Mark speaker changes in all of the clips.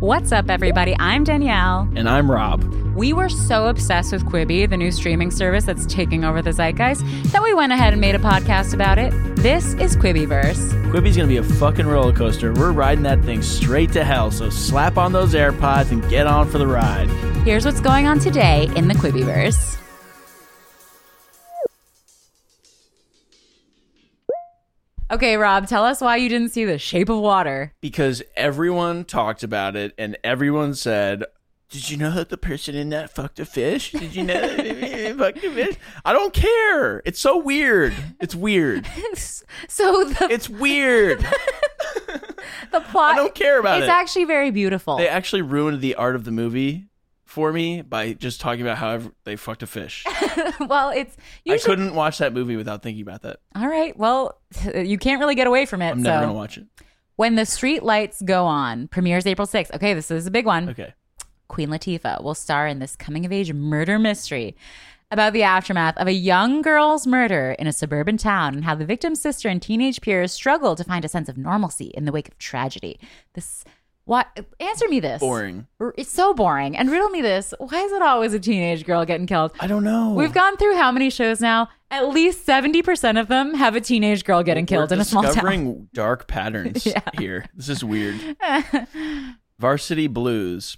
Speaker 1: What's up, everybody? I'm Danielle.
Speaker 2: And I'm Rob.
Speaker 1: We were so obsessed with Quibi, the new streaming service that's taking over the zeitgeist, that we went ahead and made a podcast about it. This is Quibiverse.
Speaker 2: Quibi's gonna be a fucking roller coaster. We're riding that thing straight to hell, so slap on those AirPods and get on for the ride.
Speaker 1: Here's what's going on today in the Quibiverse. Okay, Rob, tell us why you didn't see The Shape of Water.
Speaker 2: Because everyone talked about it and everyone said, Did you know that the person in that fucked a fish? Did you know that they fucked a fish? I don't care. It's so weird. It's weird.
Speaker 1: So the,
Speaker 2: It's weird.
Speaker 1: the plot
Speaker 2: I don't care about
Speaker 1: is
Speaker 2: it.
Speaker 1: actually very beautiful.
Speaker 2: they actually ruined the art of the movie for me by just talking about how ev- they fucked a fish.
Speaker 1: well, it's
Speaker 2: I
Speaker 1: usually
Speaker 2: couldn't watch that movie without thinking about that.
Speaker 1: all right. Well, you can't really get away from it.
Speaker 2: I'm
Speaker 1: so
Speaker 2: never gonna watch it.
Speaker 1: when the street lights go on premieres April 6th. Okay, this is a big one.
Speaker 2: Okay.
Speaker 1: Queen Latifah will star in this coming of age murder mystery about the aftermath of a young girl's murder in a suburban town and how the victim's sister and teenage peers struggle to find a sense of normalcy in the wake of tragedy. This why answer me this.
Speaker 2: Boring.
Speaker 1: R- It's so boring. And riddle me this. Why is it always a teenage girl getting killed?
Speaker 2: I don't know.
Speaker 1: We've gone through how many shows now? At least 70% of them have a teenage girl getting killed
Speaker 2: We're
Speaker 1: in a small town.
Speaker 2: discovering dark patterns here. This is weird. Varsity Blues,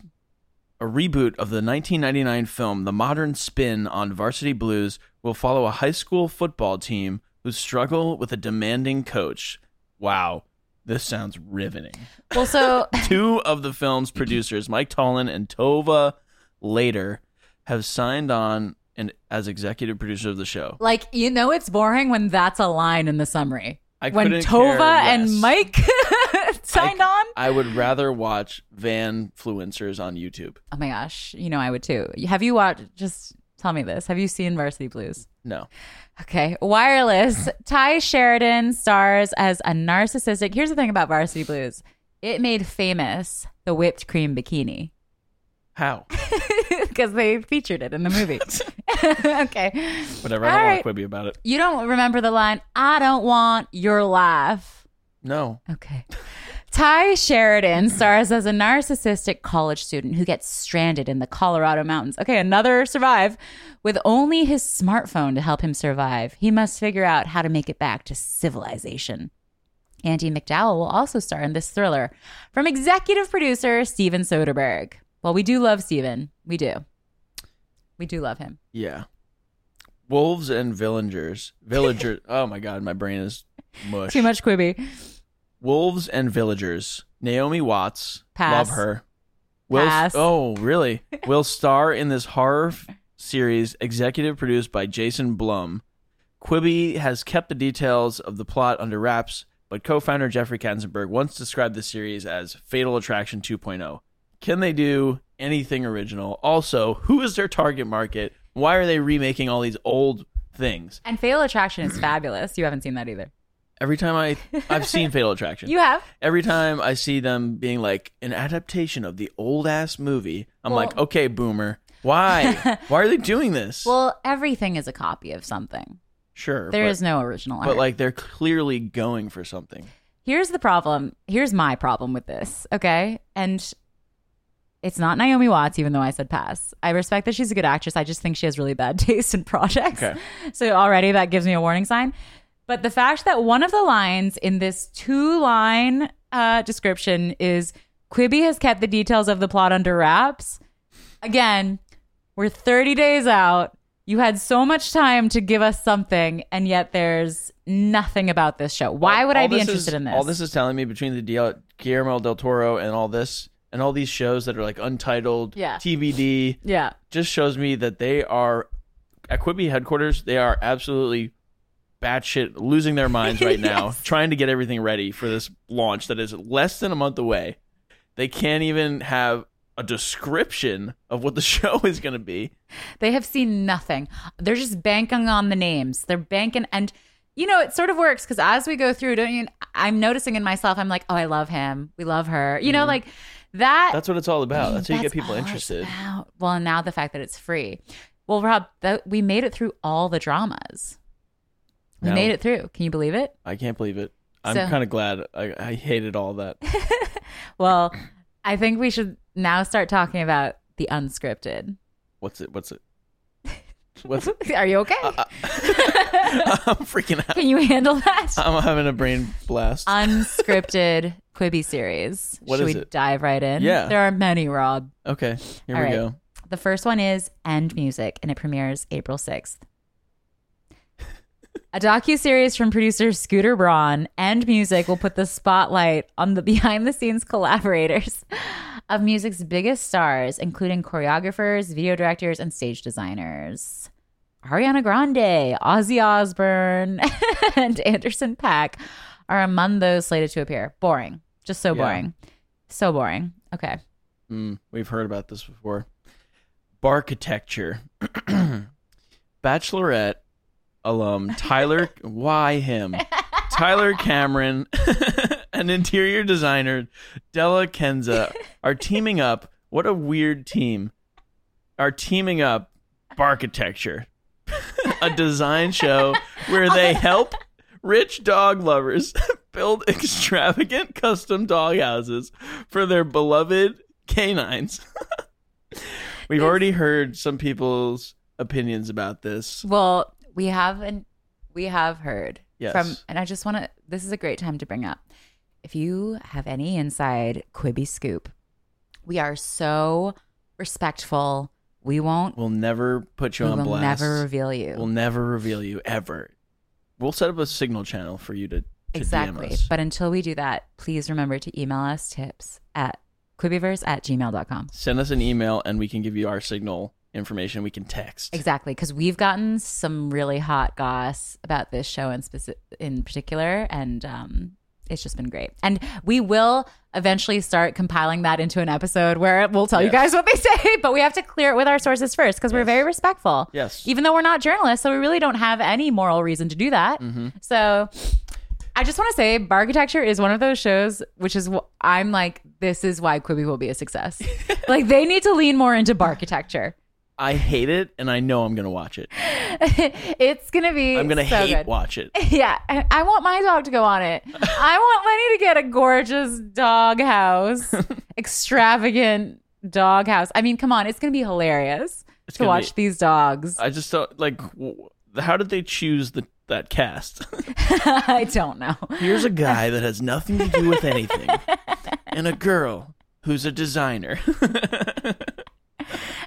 Speaker 2: a reboot of the 1999 film, the modern spin on Varsity Blues, will follow a high school football team who struggle with a demanding coach. Wow, this sounds riveting.
Speaker 1: well, so
Speaker 2: Two of the film's producers, Mike Tolan and Tova Later, have signed on and as executive producer of the show.
Speaker 1: Like, you know, it's boring when that's a line in the summary.
Speaker 2: I
Speaker 1: when
Speaker 2: couldn't
Speaker 1: Tova
Speaker 2: care less.
Speaker 1: and Mike signed
Speaker 2: I-
Speaker 1: on.
Speaker 2: I would rather watch van fluencers on YouTube.
Speaker 1: Oh my gosh. You know, I would too. Have you watched? Just tell me this. Have you seen Varsity Blues?
Speaker 2: No.
Speaker 1: Okay. Wireless. Ty Sheridan stars as a narcissistic. Here's the thing about Varsity Blues it made famous the whipped cream bikini.
Speaker 2: How?
Speaker 1: Because they featured it in the movie. okay.
Speaker 2: Whatever. I don't
Speaker 1: All right.
Speaker 2: want to quibby about it.
Speaker 1: You don't remember the line, I don't want your life.
Speaker 2: No.
Speaker 1: Okay. Ty Sheridan stars as a narcissistic college student who gets stranded in the Colorado mountains. Okay, another survive with only his smartphone to help him survive. He must figure out how to make it back to civilization. Andy McDowell will also star in this thriller from executive producer Steven Soderbergh. Well, we do love Steven. We do. We do love him.
Speaker 2: Yeah. Wolves and villagers. Villagers. oh my god, my brain is mush.
Speaker 1: Too much Quibi.
Speaker 2: Wolves and villagers. Naomi Watts.
Speaker 1: Pass.
Speaker 2: Love her. Will
Speaker 1: Pass.
Speaker 2: Oh, really? Will star in this horror f- series executive produced by Jason Blum. Quibi has kept the details of the plot under wraps, but co-founder Jeffrey Katzenberg once described the series as Fatal Attraction 2.0. Can they do anything original? Also, who is their target market? Why are they remaking all these old things?
Speaker 1: And Fatal Attraction is fabulous. You haven't seen that either.
Speaker 2: Every time I I've seen Fatal Attraction.
Speaker 1: You have?
Speaker 2: Every time I see them being like an adaptation of the old ass movie, I'm
Speaker 1: Well-
Speaker 2: like, okay, boomer, why? why are they doing this?
Speaker 1: Well, everything is a copy of something.
Speaker 2: sure,
Speaker 1: There
Speaker 2: but,
Speaker 1: is no original
Speaker 2: but
Speaker 1: art.
Speaker 2: like they're clearly going for something.
Speaker 1: here's the problem. Here's my problem with this. Okay, and it's not Naomi Watts, even though I said pass. I respect that she's a good actress. I just think she has really bad taste in projects.
Speaker 2: Okay.
Speaker 1: So already that gives me a warning sign. But the fact that one of the lines in this two-line uh, description is Quibi has kept the details of the plot under wraps. Again, we're 30 days out. You had so much time to give us something, and yet there's nothing about this show. Why would I
Speaker 2: All
Speaker 1: be
Speaker 2: this
Speaker 1: interested
Speaker 2: is-
Speaker 1: in this?
Speaker 2: All this is telling me between the DL- Guillermo del Toro and all this and all these shows that are like untitled,
Speaker 1: Yeah.
Speaker 2: TBD,
Speaker 1: yeah.
Speaker 2: just shows me that they are at Quibi headquarters. They are absolutely batshit losing their minds right now, trying to get everything ready for this launch that is less than a month away. They can't even have a description of what the show is going to be.
Speaker 1: They have seen nothing. They're just banking on the names. They're banking and you know, it sort of works because as we go through, don't you I'm noticing in myself, I'm like, oh, I love him. We love her. You
Speaker 2: Mm-hmm.
Speaker 1: know, like that
Speaker 2: That's what it's all about. Oh, That's how you get
Speaker 1: That's
Speaker 2: people
Speaker 1: all it's
Speaker 2: interested.
Speaker 1: about. Well, and now the fact that it's free. Well, Rob, that we made it through all the dramas. We
Speaker 2: No.
Speaker 1: made it through. Can you believe it?
Speaker 2: I can't believe it. I'm
Speaker 1: So-
Speaker 2: kind of glad. I, I hated all that.
Speaker 1: Well, I think we should now start talking about the unscripted.
Speaker 2: What's it? What's it? What's it?
Speaker 1: Are you okay?
Speaker 2: Uh, I'm freaking out.
Speaker 1: Can you handle that?
Speaker 2: I'm having a brain blast.
Speaker 1: Uh, unscripted Quibi series.
Speaker 2: What
Speaker 1: Should
Speaker 2: is
Speaker 1: we
Speaker 2: it?
Speaker 1: dive right in?
Speaker 2: Yeah.
Speaker 1: There are many, Rob.
Speaker 2: Okay, here
Speaker 1: All
Speaker 2: we
Speaker 1: right.
Speaker 2: go.
Speaker 1: The first one is End Music, and it premieres April 6th. A docu-series from producer Scooter Braun, End Music will put the spotlight on the behind-the-scenes collaborators of music's biggest stars, including choreographers, video directors, and stage designers. Ariana Grande, Ozzy Osbourne, and Anderson Pack are among those slated to appear. Boring. Just so
Speaker 2: Yeah.
Speaker 1: boring. So boring. Okay.
Speaker 2: Mm, we've heard about this before. Barchitecture. Bachelorette alum Tyler, why him? Tyler Cameron and interior designer Della Kenza are teaming up. What a weird team. Are teaming up Barchitecture, a design show where they help rich dog lovers build extravagant custom dog houses for their beloved canines. We've already heard some people's opinions about this.
Speaker 1: Well, we have and we have heard
Speaker 2: Yes.
Speaker 1: from, and I just want to. This is a great time to bring up. If you have any inside Quibi scoop, we are so respectful. We won't.
Speaker 2: We'll never put you
Speaker 1: we
Speaker 2: on
Speaker 1: will
Speaker 2: blast.
Speaker 1: never reveal you.
Speaker 2: We'll never reveal you ever. We'll set up a signal channel for you to, to
Speaker 1: exactly.
Speaker 2: DM us.
Speaker 1: But until we do that, please remember to email us tips at quibiverse at gmail.com.
Speaker 2: Send us an email and we can give you our signal information. We can text.
Speaker 1: Exactly, because we've gotten some really hot goss about this show in specific, in particular, and um, it's just been great. And we will eventually start compiling that into an episode where we'll tell you guys
Speaker 2: Yes.
Speaker 1: what they say, but we have to clear it with our sources first because we're
Speaker 2: Yes.
Speaker 1: very respectful.
Speaker 2: Yes.
Speaker 1: Even though we're not journalists, so we really don't have any moral reason to do that.
Speaker 2: Mm-hmm.
Speaker 1: So I just want to say, Barchitecture is one of those shows, which is wh- I'm like, this is why Quibi will be a success. like they need to lean more into Barchitecture.
Speaker 2: I hate it and I know I'm going to watch it.
Speaker 1: it's gonna be.
Speaker 2: I'm going to
Speaker 1: so
Speaker 2: hate
Speaker 1: good.
Speaker 2: watch it.
Speaker 1: Yeah, I, I want my dog to go on it. I want Lenny to get a gorgeous dog house, extravagant dog house. I mean, come on, it's gonna be hilarious
Speaker 2: It's
Speaker 1: to
Speaker 2: gonna
Speaker 1: watch these dogs.
Speaker 2: I just don't like w- how did they choose the that cast?
Speaker 1: I don't know.
Speaker 2: Here's a guy that has nothing to do with anything and a girl who's a designer.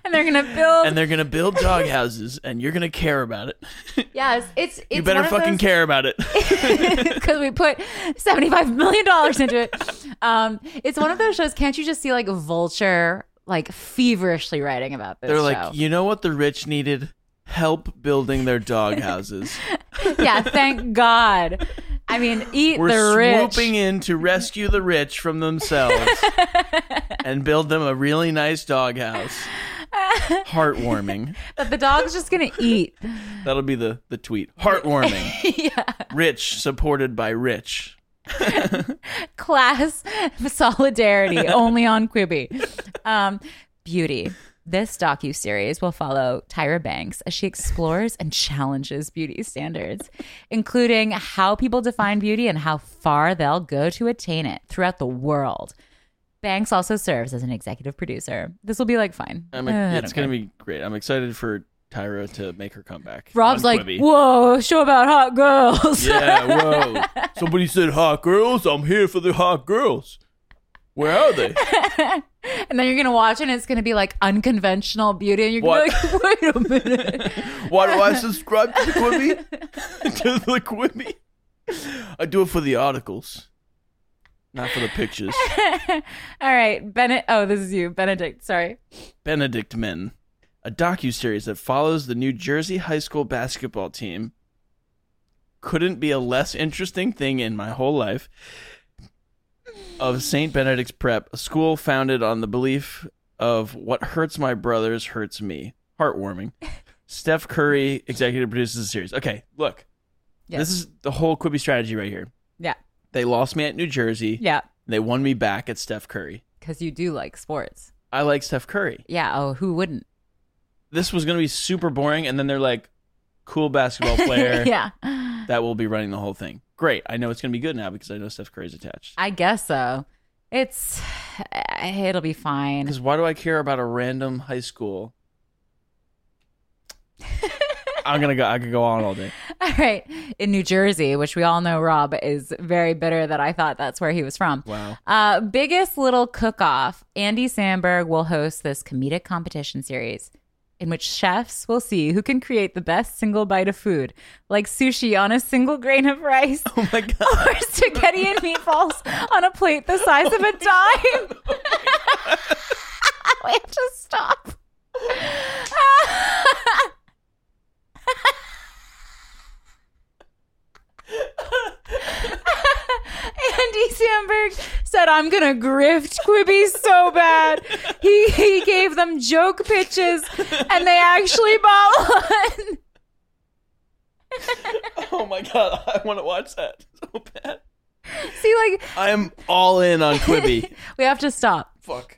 Speaker 1: And they're gonna build.
Speaker 2: and they're gonna build dog houses, and you're gonna care about it.
Speaker 1: yes, it's it's
Speaker 2: you better
Speaker 1: one of
Speaker 2: fucking
Speaker 1: those-
Speaker 2: care about it.
Speaker 1: because we put $75 million into it. Um, it's one of those shows. Can't you just see like Vulture like feverishly writing about this?
Speaker 2: They're
Speaker 1: show?
Speaker 2: like, you know what the rich needed? Help building their dog houses.
Speaker 1: yeah, thank God. I mean, eat
Speaker 2: We're
Speaker 1: the rich.
Speaker 2: swooping in to rescue the rich from themselves and build them a really nice dog house. Heartwarming.
Speaker 1: But the dog's just gonna eat.
Speaker 2: That'll be the, the tweet. Heartwarming.
Speaker 1: yeah,
Speaker 2: Rich supported by rich.
Speaker 1: class solidarity only on Quibi. Um, beauty. This docu series will follow Tyra Banks as she explores and challenges beauty standards, including how people define beauty and how far they'll go to attain it throughout the world. Banks also serves as an executive producer. This will be like fine.
Speaker 2: I'm
Speaker 1: Uh, I
Speaker 2: a,
Speaker 1: don't
Speaker 2: it's going
Speaker 1: care.
Speaker 2: to be great. I'm excited for Tyra to make her comeback.
Speaker 1: Rob's
Speaker 2: on
Speaker 1: like,
Speaker 2: Quibi.
Speaker 1: whoa, show about hot girls.
Speaker 2: Yeah, whoa. Somebody said hot girls. I'm here for the hot girls. Where are they?
Speaker 1: And then you're gonna watch it and it's gonna be like unconventional beauty and you're
Speaker 2: What?
Speaker 1: gonna be like, wait a minute.
Speaker 2: Why do I subscribe to the Quibi? to the Quibi? I do it for the articles, not for the pictures.
Speaker 1: All right, Bennett oh, this is you, Benedict, sorry.
Speaker 2: Benedict Men, a docuseries that follows the New Jersey high school basketball team. Couldn't be a less interesting thing in my whole life. Of St. Benedict's Prep, a school founded on the belief of what hurts my brothers hurts me. Heartwarming. Steph Curry executive produces the series. Okay, look.
Speaker 1: Yeah.
Speaker 2: This is the whole Quibi strategy right here.
Speaker 1: Yeah.
Speaker 2: They lost me at New Jersey.
Speaker 1: Yeah.
Speaker 2: They won me back at Steph Curry.
Speaker 1: Cause you do like sports.
Speaker 2: I like Steph Curry.
Speaker 1: Yeah, oh who wouldn't?
Speaker 2: this was going to be super boring and then they're like cool basketball player
Speaker 1: yeah.
Speaker 2: that will be running the whole thing great i know it's going to be good now because i know steph curry's attached
Speaker 1: I guess so. It's eh, it'll be fine.
Speaker 2: Because why do I care about a random high school? I'm gonna go. I could go on all day.
Speaker 1: All right. In New Jersey, which we all know Rob is very bitter that I thought that's where he was from.
Speaker 2: Wow.
Speaker 1: Uh, biggest little cook off. Andy Sandberg will host this comedic competition series in which chefs will see who can create the best single bite of food, like sushi on a single grain of rice
Speaker 2: Oh my god.
Speaker 1: or spaghetti and meatballs on a plate the size of a dime. Wait, just stop. Andy Sandberg said, I'm going to grift Quibi so bad. He, he gave them joke pitches and they actually bought one.
Speaker 2: Oh my god. I want to watch that so bad.
Speaker 1: See, like,
Speaker 2: I am all in on Quibi.
Speaker 1: we have to stop.
Speaker 2: Fuck.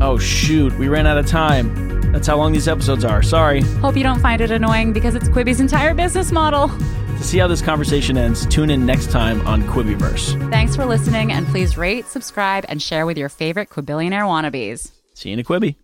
Speaker 2: Oh shoot, we ran out of time. That's how long these episodes are. Sorry.
Speaker 1: Hope you don't find it annoying because it's Quibi's entire business model.
Speaker 2: To see how this conversation ends, tune in next time on Quibiverse.
Speaker 1: Thanks for listening, and please rate, subscribe, and share with your favorite Quibillionaire wannabes.
Speaker 2: See you in a Quibi.